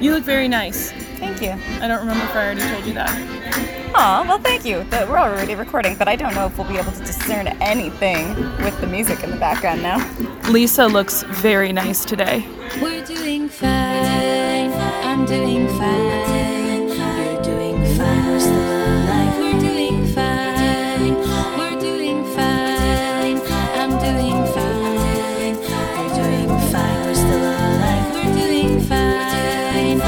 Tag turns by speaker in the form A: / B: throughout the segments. A: You look very nice.
B: Thank you.
A: I don't remember if I already told you that.
B: Aw, well, thank you. But we're already recording, but I don't know if we'll be able to discern anything with the music in the background now.
A: Lisa looks very nice today.
C: We're doing fine. I'm doing fine. You're doing fine. We're still alive. We're doing fine. We're doing fine. I'm doing fine. You're doing fine. We're still alive. We're doing fine.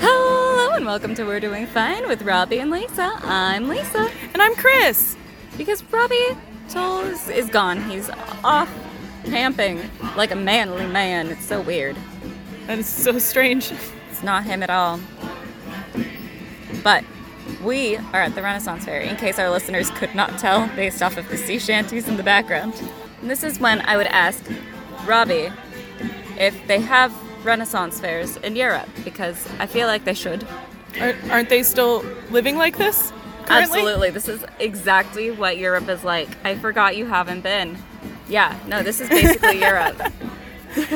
D: Hello and welcome to We're Doing Fine with Robbie and Lisa. I'm Lisa
A: And I'm Chris.
D: because Robbie Toll is, is gone. He's off camping like a manly man. It's so weird.
A: That is so strange.
D: It's not him at all. But we are at the Renaissance Fair, in case our listeners could not tell based off of the sea shanties in the background. And this is when I would ask Robbie if they have Renaissance fairs in Europe, because I feel like they should.
A: Aren't, aren't they still living like this? Currently?
D: Absolutely. This is exactly what Europe is like. I forgot you haven't been. Yeah, no, this is basically Europe.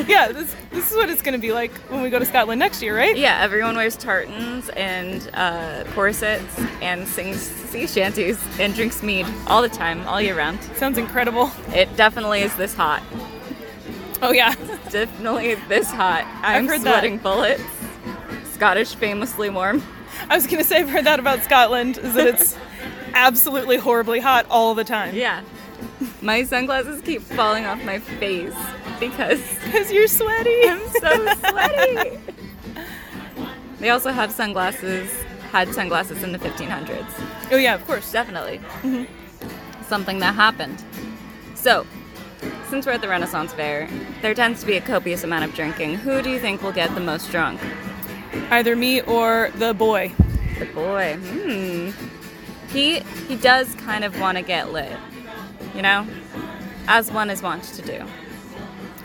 A: Yeah, this, this is what it's going to be like when we go to Scotland next year, right?
D: Yeah, everyone wears tartans and uh, corsets and sings sea shanties and drinks mead all the time, all year round.
A: Sounds incredible.
D: It definitely is this hot.
A: Oh, yeah.
D: Definitely this hot. I'm
A: heard that.
D: sweating bullets. Scottish famously warm.
A: I was going to say, I've heard that about Scotland, is that it's absolutely horribly hot all the time.
D: Yeah. My sunglasses keep falling off my face because
A: Because you're sweaty.
D: I'm so sweaty. they also have sunglasses, had sunglasses in the 1500s.
A: Oh, yeah, of course.
D: Definitely. Something that happened. So, since we're at the Renaissance Fair, there tends to be a copious amount of drinking. Who do you think will get the most drunk?
A: Either me or the boy.
D: The boy. Hmm. He he does kind of want to get lit, you know, as one is wont to do.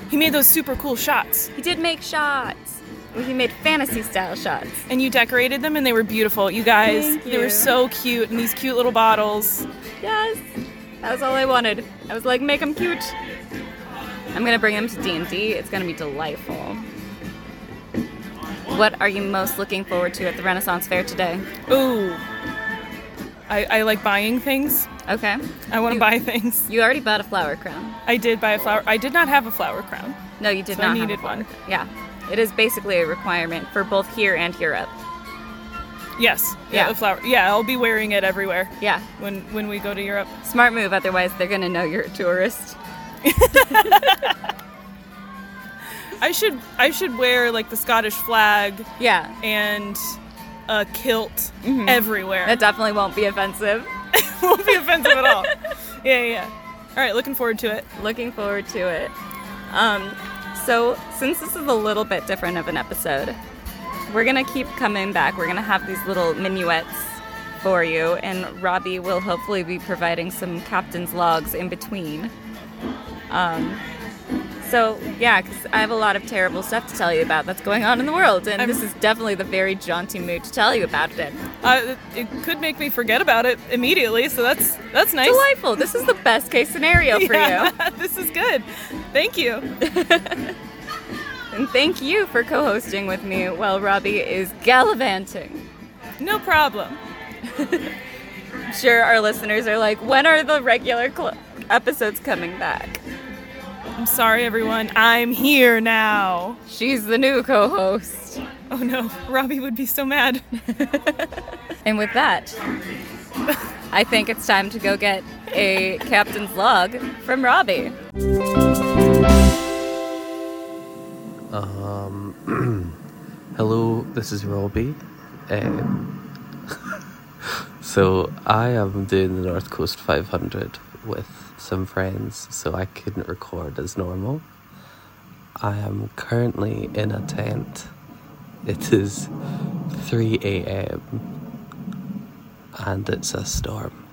A: He made those super cool shots,
D: He did make shots. Well, he made fantasy style shots.
A: and you decorated them, and they were beautiful. You guys,
D: Thank
A: they were
D: you.
A: so cute, and these cute little bottles.
D: Yes, that was all I wanted. I was like, make them cute. I'm gonna bring them to D and D. It's gonna be delightful. What are you most looking forward to at the Renaissance Fair today?
A: Ooh. I, I like buying things.
D: Okay,
A: I want to
D: You-
A: buy things.
D: you already bought a flower crown.
A: I did buy a flower. I did not have a flower crown.
D: No, you did
A: So I
D: not. have a
A: needed
D: flower
A: one.
D: crown. Yeah, it is basically a requirement for both here and Europe.
A: Yes.
D: Yeah.
A: A flower. Yeah, I'll be wearing it everywhere
D: Yeah,
A: when when we go to Europe.
D: smart move. Otherwise, they're gonna know you're a tourist.
A: I should I should wear like the Scottish flag
D: Yeah,
A: and a kilt everywhere.
D: that definitely won't be offensive.
A: won't be offensive at all. Yeah, yeah, yeah. All right, looking forward to it.
D: Looking forward to it. Um, so, since this is a little bit different of an episode, we're gonna keep coming back. We're gonna have these little minuets for you, and Robbie will hopefully be providing some captain's logs in between. Um, so, yeah, because I have a lot of terrible stuff to tell you about that's going on in the world, and
A: I'm-
D: this is definitely the very jaunty mood to tell you about it.
A: Uh, it it could make me forget about it immediately, so that's that's nice.
D: Delightful! This is the best case scenario for you.
A: yeah, this is good. Thank you.
D: And thank you for co hosting with me while Robbie is gallivanting.
A: No problem.
D: I'm sure our listeners are like, when are the regular cl- episodes coming back?
A: I'm sorry, everyone. I'm here now.
D: She's the new co host.
A: Oh no, Robbie would be so mad.
D: And with that, I think it's time to go get a captain's log from Robbie.
E: Hello, this is Robbie. Um, so I am doing the North Coast 500 with some friends, so I couldn't record as normal. I am currently in a tent. It is 3 a.m. and it's a storm.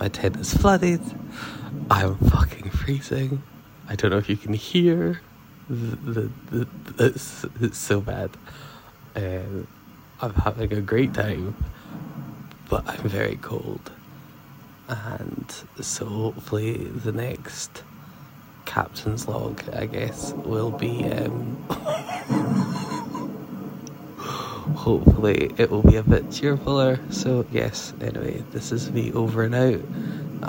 E: My tent is flooded. I'm fucking freezing. I don't know if you can hear. The, the, the, it's, it's so bad. Um, I'm having a great time, but I'm very cold. And so hopefully the next captain's log, I guess, will be um, hopefully it will be a bit cheerfuller. So, yes, anyway, this is me over and out.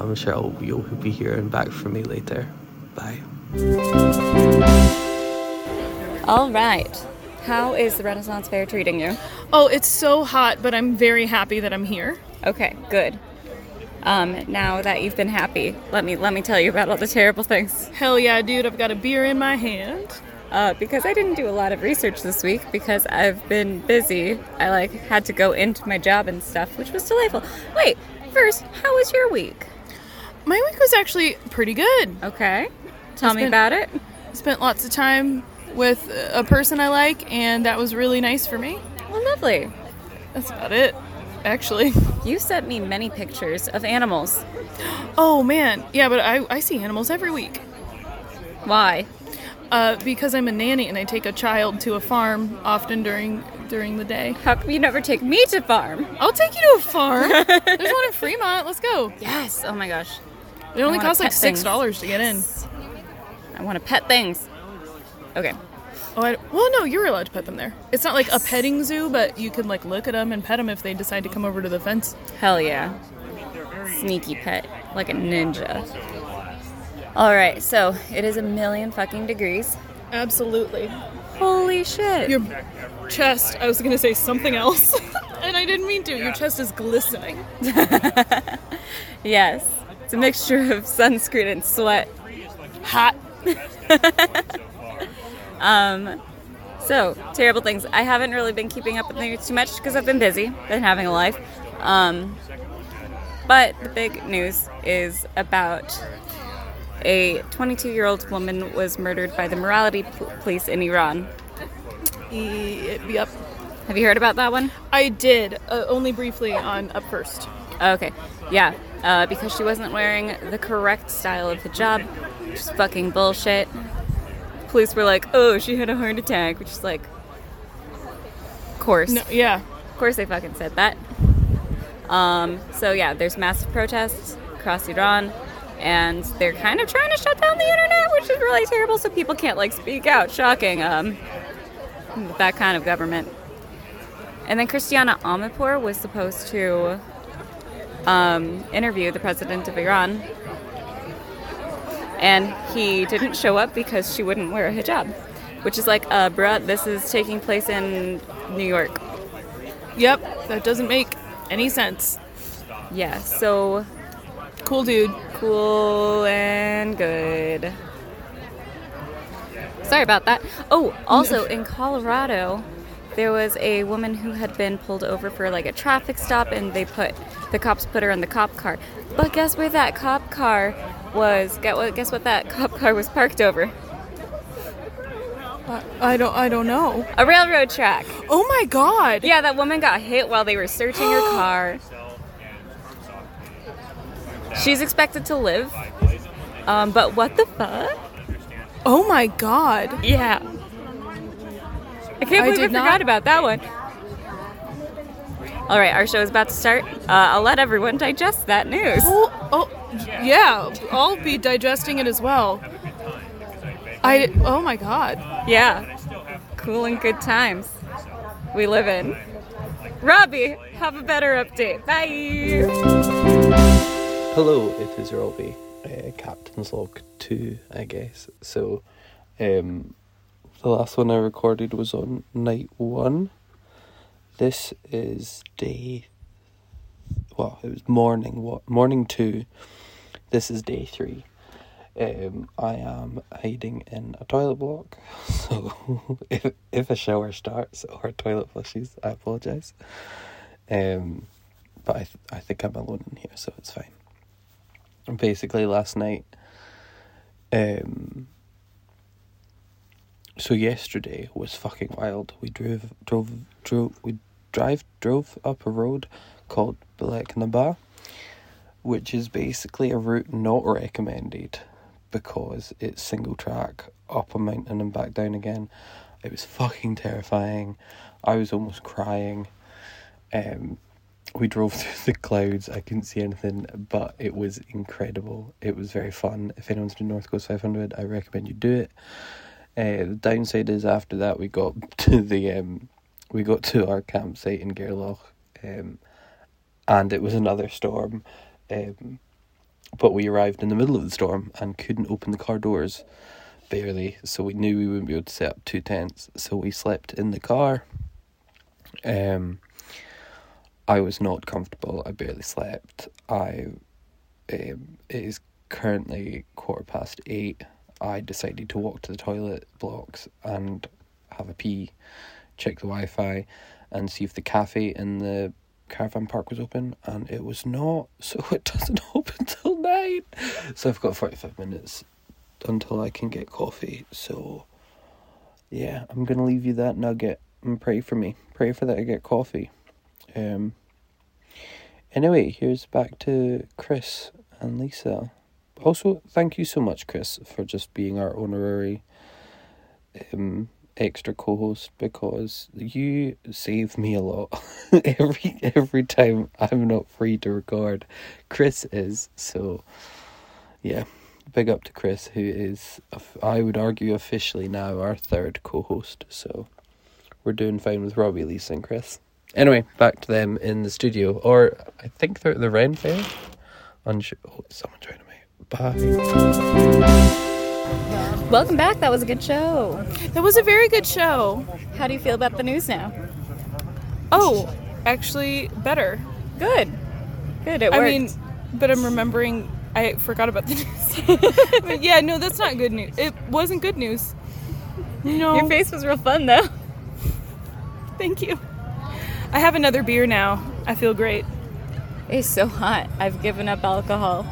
E: I'm sure I'll- you'll be hearing back from me later. Bye.
D: All right. How is the Renaissance Fair treating you?
A: Oh, it's so hot, but I'm very happy that I'm here.
D: Okay, good. Um, now that you've been happy, let me let me tell you about all the terrible things.
A: Hell yeah, dude, I've got a beer in my hand.
D: Uh, because I didn't do a lot of research this week because I've been busy. I like had to go into my job and stuff, which was delightful. Wait, first, how was your week?
A: My week was actually pretty good.
D: Okay, tell
A: It's
D: me
A: been-
D: about it.
A: Spent lots of time with a person I like, and that was really nice for me.
D: Well, lovely.
A: That's about it, actually.
D: You sent me many pictures of animals.
A: Oh man, yeah, but I, I see animals every week.
D: Why?
A: Uh, because I'm a nanny and I take a child to a farm often during during the day.
D: How come you never take me to farm?
A: I'll take you to a farm. There's one in Fremont. Let's go.
D: Yes. Oh my gosh,
A: It only
D: wanna
A: costs like
D: pet things.
A: six dollars to get in.
D: I want to pet things. Okay.
A: Oh, I, well, no, you're allowed to pet them there. It's not like a petting zoo, but you can like look at them and pet them if they decide to come over to the fence.
D: Hell yeah. Sneaky pet, like a ninja. All right, so it is a million fucking degrees.
A: Absolutely.
D: Holy shit.
A: Your chest. I was gonna say something else, and I didn't mean to. Your chest is glistening.
D: yes. It's a mixture of sunscreen and sweat.
A: Hot.
D: Um, So, terrible things. I haven't really been keeping up with news too much because I've been busy, been having a life. Um, but the big news is about a 22 year old woman was murdered by the morality pl- police in Iran.
A: E- Yep.
D: Have you heard about that one?
A: I did uh, only briefly on up first.
D: Okay, yeah, uh, because she wasn't wearing the correct style of hijab, which is fucking bullshit. Police were like, "Oh, she had a heart attack," which is like, of course,
A: No, yeah.
D: of course they fucking said that. Um, so yeah, there's massive protests across Iran, and they're kind of trying to shut down the internet, which is really terrible. So people can't like speak out. Shocking. Um, that kind of government. And then Christiana Amanpour was supposed to um, interview the president of Iran, and he didn't show up because she wouldn't wear a hijab, which is like, uh, bruh, this is taking place in New York.
A: Yep. That doesn't make any sense.
D: Yeah, so
A: Cool dude.
D: cool and good. Sorry about that. Oh, also in Colorado, there was a woman who had been pulled over for like a traffic stop and they put the cops put her in the cop car. But guess where that cop car was? Get what guess what that cop car was parked over?
A: I don't. I don't know.
D: A railroad track.
A: Oh my god.
D: Yeah, that woman got hit while they were searching her car. She's expected to live. Um, but what the fuck?
A: Oh my god.
D: Yeah. I can't
A: I
D: believe I,
A: did not-
D: forgot about that one. All right, our show is about to start. Uh, I'll let everyone digest that news.
A: Oh. Oh. Yeah. I'll be digesting it as well. I. Oh my god.
D: Yeah. Cool and good times we live in. Robbie, have a better update. Bye.
E: Hello, it is Robbie. Uh, Captain's Log 2, I guess. So, um, the last one I recorded was on night 1. This is day. Well, it was morning. What morning 2. This is day 3. Um, I am hiding in a toilet block. So, if, if a shower starts or toilet flushes, I apologise. Um, but I, th- I think I'm alone in here, so it's fine basically last night. Um. So yesterday was fucking wild. We drove, drove, drove. We drive, drove up a road called Black Nabar, which is basically a route not recommended because it's single track up a mountain and back down again. It was fucking terrifying. I was almost crying. Um, we drove through the clouds. I couldn't see anything, but it was incredible. It was very fun. If anyone's doing North Coast 500, I recommend you do it. Uh, the downside is after that we got to the um, we got to our campsite in Gerloch, um, and it was another storm. Um, but we arrived in the middle of the storm and couldn't open the car doors, barely. So we knew we wouldn't be able to set up two tents. So we slept in the car. Um, I was not comfortable. I barely slept. I um, it is currently quarter past eight. I decided to walk to the toilet blocks and have a pee, check the Wi Fi, and see if the cafe in the caravan park was open. And it was not, so it doesn't open till nine. So I've got 45 minutes until I can get coffee. So yeah, I'm going to leave you that nugget and pray for me. Pray for that I get coffee. Um, Anyway, here's back to Chris and Lisa. Also, thank you so much, Chris, for just being our honorary um, extra co-host because you save me a lot every every time I'm not free to record. Chris is so. Yeah, big up to Chris, who is of- I would argue officially now our third co-host. So we're doing fine with Robbie, Lisa, and Chris. Anyway, back to them in the studio, or I think they're at the Ren Fair. Unsure. Oh, someone joining me. Bye.
D: Welcome back. That was a good show.
A: That was a very good show.
D: How do you feel about the news now?
A: Oh, actually, better.
D: Good. Good. It worked.
A: I mean, but I'm remembering. I forgot about the news. but yeah, no, that's not good news. It wasn't good news. No,
D: your face was real fun though.
A: thank you. I have another beer now. I feel great.
D: It's so hot. I've given up alcohol.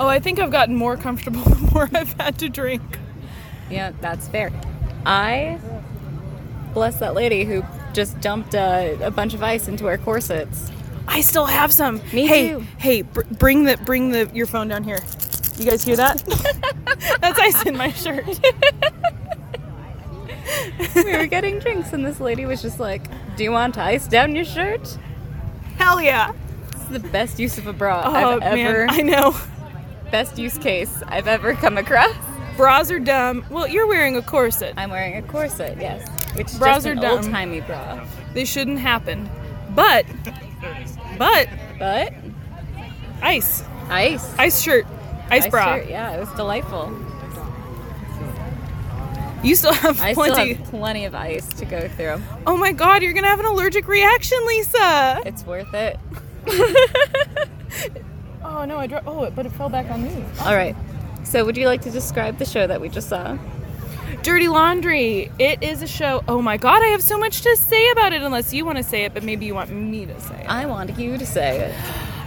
A: Oh, I think I've gotten more comfortable the more I've had to drink.
D: Yeah, that's fair. I bless that lady who just dumped uh, a bunch of ice into our corsets.
A: I still have some.
D: Me
A: hey,
D: too.
A: Hey, br- bring the bring the your phone down here. You guys hear that? That's ice in my shirt.
D: we were getting drinks, and this lady was just like, "Do you want ice down your shirt?"
A: Hell yeah!
D: It's the best use of a bra
A: Oh
D: I've
A: man,
D: ever.
A: I know.
D: Best use case I've ever come across.
A: Bras are dumb. Well, you're wearing a corset.
D: I'm wearing a corset, yes, which is
A: Bras
D: just
A: are
D: an
A: dumb.
D: old timey bra.
A: They shouldn't happen. But, but
D: But
A: ice,
D: ice,
A: ice shirt, ice, bra.
D: shirt, yeah, it was delightful.
A: You still have
D: I still
A: plenty.
D: have plenty of ice to go through.
A: Oh my god, you're gonna have an allergic reaction, Lisa.
D: It's worth it.
A: Oh no, I dropped. Oh, it- but it fell back on me.
D: All right. So, would you like to describe the show that we just saw?
A: Dirty Laundry. It is a show. Oh my god, I have so much to say about it. Unless you want to say it, but maybe you want me to say it.
D: I want you to say it.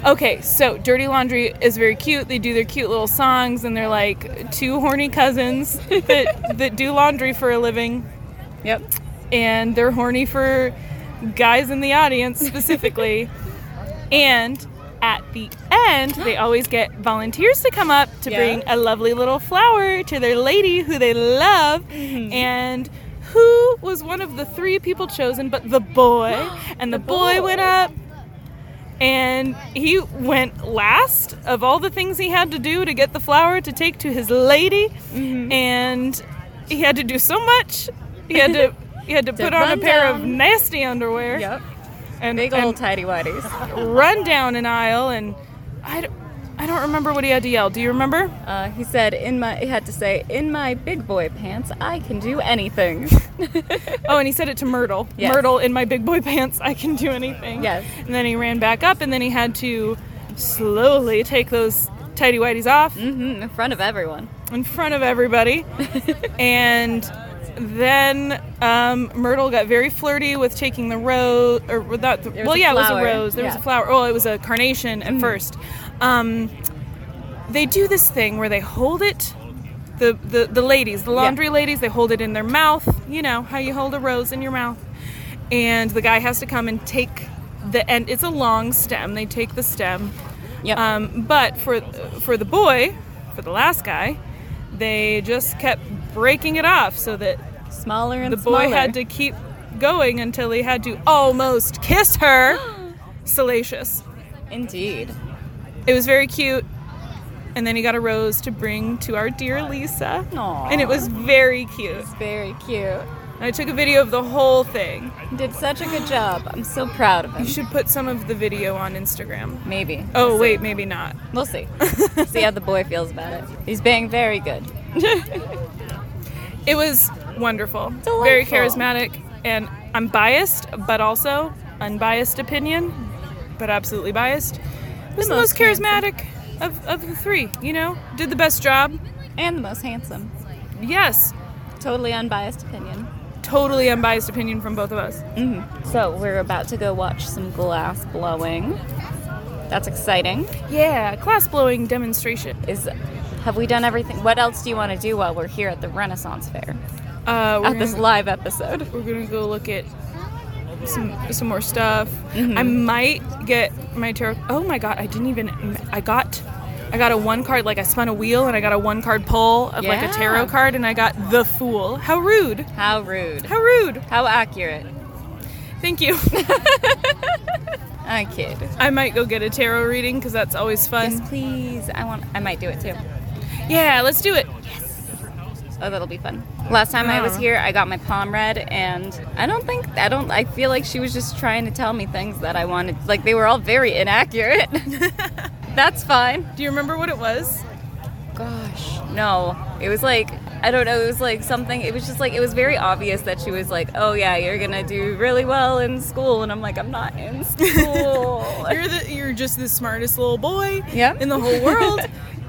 A: Okay, so Dirty Laundry is very cute. They do their cute little songs, and they're like two horny cousins that that do laundry for a living.
D: Yep.
A: and they're horny for guys in the audience specifically. and at the end, they always get volunteers to come up to
D: Yeah.
A: bring a lovely little flower to their lady who they love.
D: Mm-hmm.
A: And who was one of the three people chosen but the boy? And the, boy,
D: boy.
A: went up. And he went last of all the things he had to do to get the flower to take to his lady.
D: Mm-hmm.
A: And he had to do so much. He had to he had to, put on a
D: run
A: pair of
D: down.
A: nasty underwear
D: Yep.
A: and,
D: Big
A: and
D: old tidy whities.
A: run down an aisle and I don't, I don't remember what he had to yell. Do you remember?
D: Uh, he said, "In my," he had to say, "In my big boy pants, I can do anything."
A: Oh, and he said it to Myrtle.
D: Yes.
A: Myrtle, in my big boy pants, I can do anything.
D: Yes.
A: And then he ran back up and then he had to slowly take those tidy whities off
D: hmm in front of everyone.
A: in front of everybody. and then um, Myrtle got very flirty with taking the rose, or without the,
D: was
A: well,
D: a
A: yeah, it was
D: flower,
A: a rose. There was
D: yeah. Mm.
A: a flower. Oh, it was a carnation at first. Um, they do this thing where they hold it. The, the, the ladies, the laundry ladies, they hold it in their mouth. You know how you hold a rose in your mouth. And the guy has to come and take the end. It's a long stem. They take the stem.
D: Yep.
A: Um, but for for the boy, for the last guy, they just kept breaking it off so that
D: smaller and
A: the boy
D: smaller.
A: had to keep going until he had to almost kiss her. Salacious.
D: Indeed.
A: It was very cute. And then he got a rose to bring to our dear Lisa.
D: Aw.
A: And it was very cute.
D: It's very cute.
A: And I took a video of the whole thing.
D: You did such a good job. I'm so proud of him.
A: You should put some of the video on Instagram.
D: Maybe.
A: Oh, wait, maybe not.
D: We'll see. see how the boy feels about it. He's being very good.
A: It was wonderful. Very
D: Delightful.
A: charismatic. And I'm biased, but also unbiased opinion, but absolutely biased. It was the, most,
D: most
A: charismatic of, of the three, you know? Did the best job.
D: And the most handsome.
A: Yes.
D: Totally unbiased opinion.
A: Totally unbiased opinion from both of us.
D: So we're about to go watch some glass blowing. That's exciting.
A: Yeah, class blowing demonstration.
D: Is have we done everything? What else do you want to do while we're here at the Renaissance Fair?
A: Uh, we're
D: At this
A: gonna-
D: live episode.
A: we're gonna go look at some some more stuff. I might get my tarot. Oh my god, I didn't even. I got I got a one card. Like I spun a wheel and I got a one card pull of like a
D: Yeah.
A: tarot card, and I got the fool. How rude!
D: How rude.
A: How rude!
D: How accurate.
A: Thank you.
D: I kid.
A: I might go get a tarot reading because that's always fun.
D: Yes, please. I want I might do it too.
A: Yeah, let's do it.
D: Oh, that'll be fun. Last time I was
A: Yeah.
D: here, I got my palm read, and I don't think I don't. I feel like she was just trying to tell me things that I wanted. Like they were all very inaccurate. That's fine.
A: Do you remember what it was?
D: Gosh, no. It was like I don't know. It was like something. It was just like it was very obvious that she was like, "Oh yeah, you're gonna do really well in school," and I'm like, "I'm not in school."
A: You're the you're just the smartest little boy
D: Yeah.
A: in the whole world,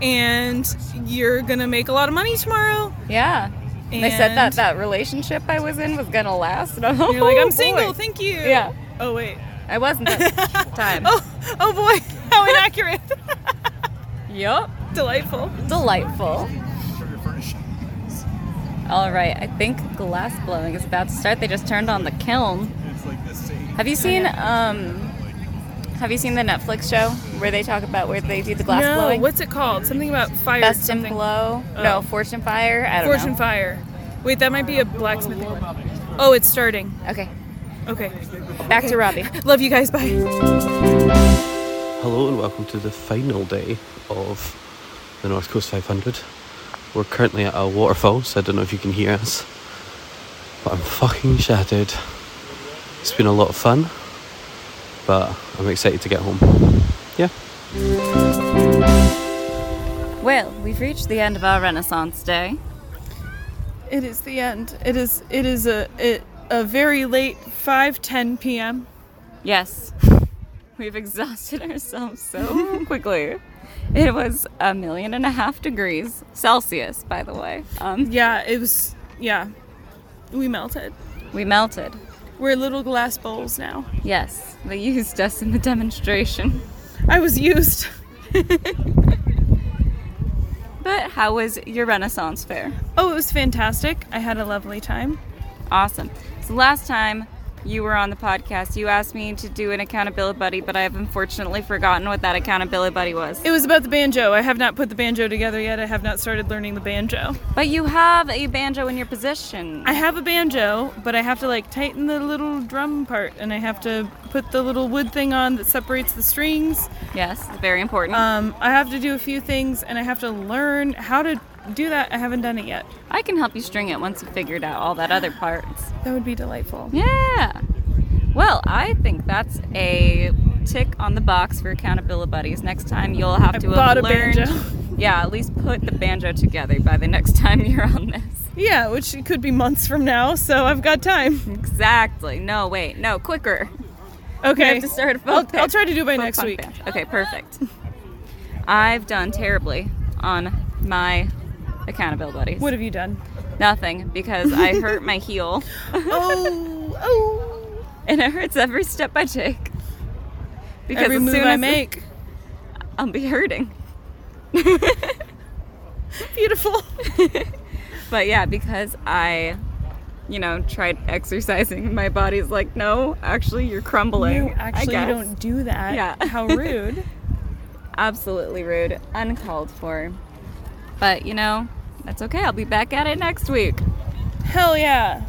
A: and you're gonna make a lot of money tomorrow.
D: yeah. And they said that
A: And-
D: that relationship I was in was gonna last. And I'm like,
A: You're like,
D: "Oh,
A: I'm single,
D: boy."
A: thank you.
D: Yeah.
A: Oh wait.
D: I wasn't that time.
A: Oh, oh boy, how inaccurate.
D: Yup.
A: Delightful.
D: Delightful. All right, I think glass blowing is about to start. They just turned on the kiln. Have you seen um have you seen the Netflix show where they talk about where they do the glass
A: no,
D: blowing?
A: what's it called? Something about fire.
D: Best in
A: something.
D: blow?
A: Oh.
D: No, fortune fire. I don't
A: Fortune
D: know.
A: fire. Wait, that might be a blacksmithing one. Oh, it's starting.
D: okay,
A: Okay.
D: back to Robbie.
A: Love you guys. Bye.
E: Hello and welcome to the final day of the North Coast 500. We're currently at a waterfall, so I don't know if you can hear us. But I'm fucking shattered. It's been a lot of fun, but I'm excited to get home. Yeah.
D: Well, we've reached the end of our Renaissance Day.
A: It is the end. It is. It is a it, a very late 5:10 p.m.
D: Yes, we've exhausted ourselves so quickly. It was a million and a half degrees Celsius, by the way. Um,
A: Yeah, it was. Yeah, we melted.
D: we melted.
A: We're little glass bowls now.
D: Yes, they used us in the demonstration.
A: I was used.
D: But how was your Renaissance fair?
A: Oh, it was fantastic. I had a lovely time.
D: Awesome. So last time you were on the podcast, you asked me to do an accountability buddy, but I have unfortunately forgotten what that accountability buddy was.
A: It was about the banjo. I have not put the banjo together yet. I have not started learning the banjo.
D: But you have a banjo in your position.
A: I have a banjo, but I have to like tighten the little drum part and I have to put the little wood thing on that separates the strings.
D: Yes, very important.
A: Um, I have to do a few things and I have to learn how to do that. I haven't done it yet.
D: I can help you string it once you figured out all that other parts.
A: That would be delightful.
D: Yeah. Well, I think that's a tick on the box for accountability buddies. Next time you'll have
A: I
D: to have
A: bought a
D: learned-
A: banjo.
D: Yeah, at least put the banjo together by the next time you're on this.
A: Yeah, which could be months from now, so I've got time.
D: Exactly. No, wait, no, quicker. We
A: Okay.
D: have to start a
A: I'll,
D: folk
A: I'll
D: pa-
A: try to do by
D: folk
A: next
D: punk
A: week.
D: band. Okay, perfect. I've done terribly on my accountability buddies.
A: What have you done?
D: Nothing because I hurt my heel.
A: oh, oh.
D: and it hurts every step I take. Because
A: Every
D: as
A: move
D: soon
A: I
D: as
A: make.
D: I'll be hurting.
A: Beautiful.
D: But yeah, because I, you know, tried exercising, my body's like, no, actually, you're crumbling.
A: No, actually,
D: I
A: you don't do that.
D: Yeah.
A: How rude.
D: Absolutely rude, uncalled for. But you know, that's okay. I'll be back at it next week.
A: Hell yeah.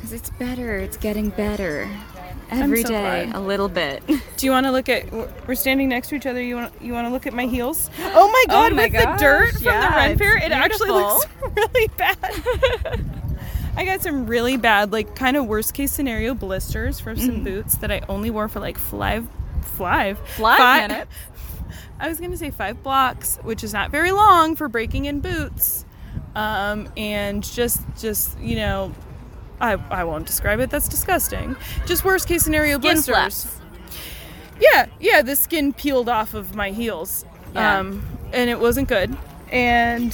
D: Cause it's better. It's getting better
A: Every
D: every day,
A: day,
D: a little bit.
A: Do you want to look at? We're standing next to each other. You want you want to look at my heels? Oh my god!
D: my
A: with
D: gosh,
A: the dirt from the
D: yeah,
A: run
D: it's
A: fair, it actually looks
D: beautiful.
A: really bad. I got some really bad, like kind of worst case scenario blisters from some boots that I only wore for like five, five,
D: Five
A: fi-
D: minutes?
A: I was gonna say five blocks, which is not very long for breaking in boots, um, and just just you know, I I won't describe it. That's disgusting. Just worst case scenario
D: Skin
A: blisters.
D: flaps.
A: Yeah, yeah, the skin peeled off of my heels.
D: Yeah.
A: Um, and it wasn't good. And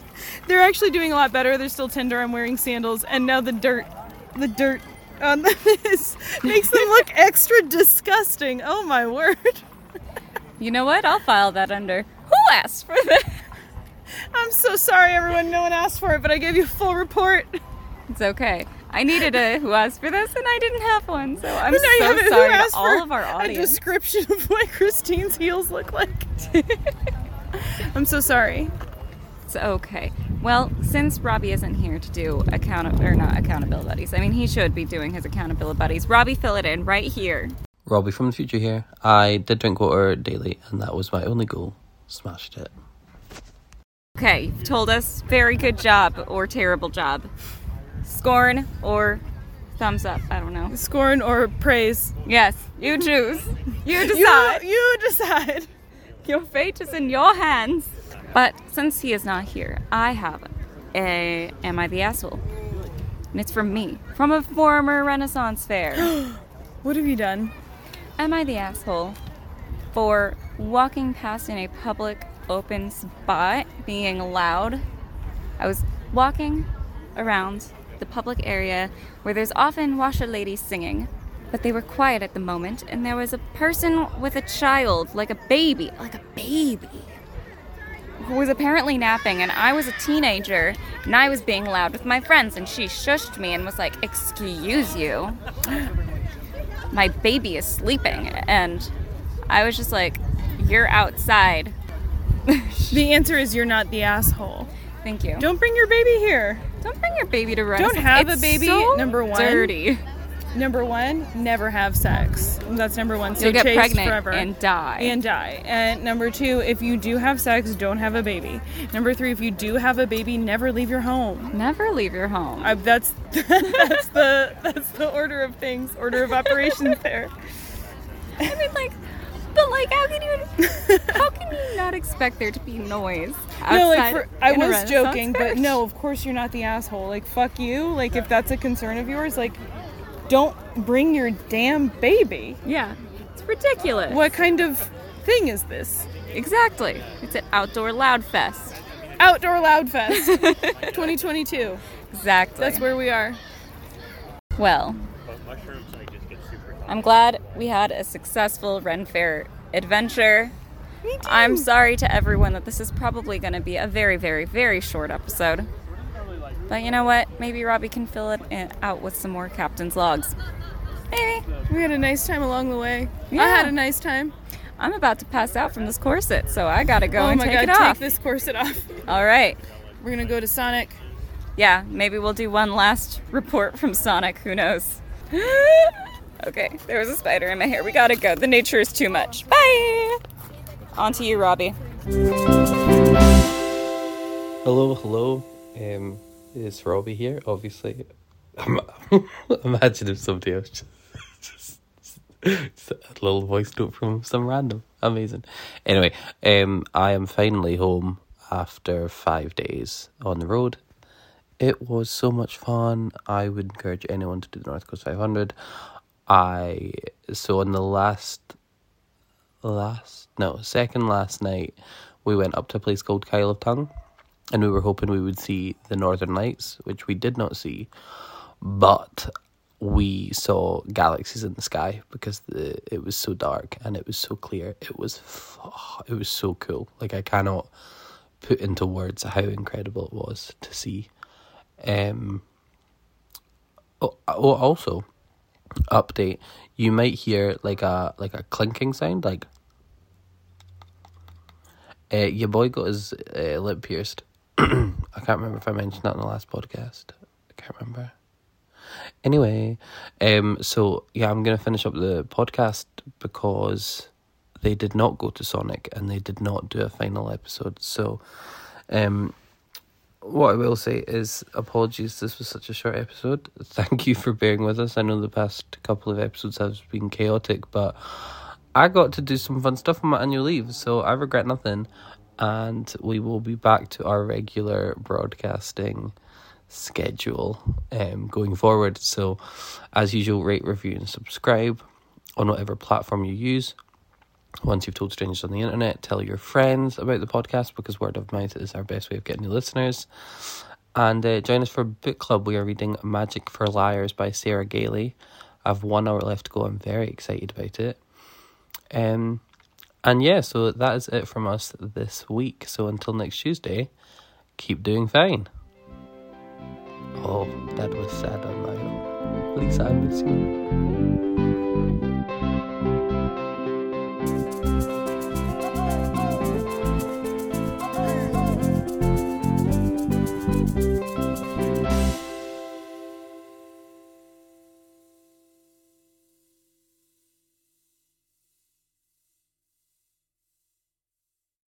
A: they're actually doing a lot better. They're still tender. I'm wearing sandals. And now the dirt, the dirt on them is, makes them look extra disgusting. Oh my word.
D: You know what? I'll file that under. Who asked for this?
A: I'm so sorry, everyone. No one asked for it, but I gave you a full report.
D: It's okay. I needed a who asked for this, and I didn't have one, so I'm
A: But now you
D: so
A: have it. Who
D: sorry to
A: asked
D: all
A: for
D: of our
A: A
D: audience.
A: description of what Christine's heels look like. I'm so sorry.
D: It's okay. Well, since Robbie isn't here to do account or not accountability buddies, I mean he should be doing his accountability buddies. Robbie, fill it in right here.
E: Robbie from the future here. I did drink water daily, and that was my only goal. Smashed it.
D: Okay, you've told us very good job or terrible job, scorn or thumbs up. I don't know.
A: Scorn or praise.
D: Yes, you choose. You
A: You,
D: decide.
A: you decide.
D: Your fate is in your hands. But since he is not here, I have a Am I the Asshole? And it's from me, from a former Renaissance fair.
A: What have you done?
D: Am I the Asshole for walking past in a public open spot being loud? I was walking around the public area where there's often washer ladies singing, but they were quiet at the moment, and there was a person with a child, like a baby, like a baby who was apparently napping, and I was a teenager, and I was being loud with my friends, and she shushed me and was like, Excuse you. My baby is sleeping. And I was just like, You're outside.
A: The answer is you're not the asshole.
D: Thank you. Don't,
A: Don't bring your baby here.
D: bring your baby to rest.
A: have a
D: It's
A: baby,
D: so
A: number one.
D: Dirty.
A: Number one, never have sex. That's number one. Stay
D: You'll get
A: chaste
D: pregnant
A: forever.
D: and die.
A: and die. And number two, if you do have sex, don't have a baby. Number three, if you do have a baby, never leave your home.
D: Never leave your home.
A: I, that's that's the that's the order of things, order of operations there.
D: I mean, like, but like, how can you, how can you not expect there to be noise?
A: no, like
D: outside
A: for, I
D: in a
A: was
D: Renaissance
A: joking, but
D: fair?
A: no, of course you're not the asshole. Like fuck you. Like if that's a concern of yours, like don't bring your damn baby.
D: Yeah, it's ridiculous.
A: What kind of thing is this?
D: Exactly. It's an outdoor loud fest.
A: Outdoor Loud Fest 2022.
D: Exactly.
A: That's where we are.
D: Well, I'm glad we had a successful Ren Fair adventure.
A: Me too.
D: I'm sorry to everyone that this is probably going to be a very, very, very short episode. But you know what? Maybe Robbie can fill it in, out with some more captain's logs. Maybe.
A: We had a nice time along the way. I
D: Yeah.
A: had a nice time.
D: I'm about to pass out from this corset, so I gotta go
A: oh
D: and
A: my
D: take
A: god,
D: it off.
A: take this corset off.
D: All right.
A: We're gonna go to Sonic.
D: Yeah, maybe we'll do one last report from Sonic. Who knows? okay, there was a spider in my hair. We gotta go. The nature is too much. Bye! On to you, Robbie.
E: Hello, hello. Um, it's Robbie here. Obviously, Im- imagine if somebody else just, just, just a little voice note from some random. Amazing. Anyway, um, I am finally home after five days on the road. It was so much fun. I would encourage anyone to do the North Coast 500. I so on the last last no second last night we went up to a place called Kyle of Tongue and we were hoping we would see the Northern Lights, which we did not see, but we saw galaxies in the sky because the, it was so dark and it was so clear. It was f- it was so cool. Like I cannot put into words how incredible it was to see. Um. Oh, oh also, update. You might hear like a like a clinking sound, like uh, your boy got his uh, lip pierced. I can't remember if I mentioned that in the last podcast. I can't remember. Anyway, um, so yeah, I'm gonna finish up the podcast because they did not go to Sonic and they did not do a final episode. So, um, what I will say is apologies, this was such a short episode. Thank you for bearing with us. I know the past couple of episodes have been chaotic, but I got to do some fun stuff on my annual leave, so I regret nothing. And we will be back to our regular broadcasting schedule um, going forward. So, as usual, rate, review, and subscribe on whatever platform you use. Once you've told strangers on the internet, tell your friends about the podcast because word of mouth is our best way of getting new listeners. And uh, join us for book club. We are reading Magic for Liars by Sarah Gailey. I've one hour left to go. I'm very excited about it. Um, and yeah, so that is it from us this week. So until next Tuesday, keep doing fine. Oh, that was sad on my own. Lisa, I miss you.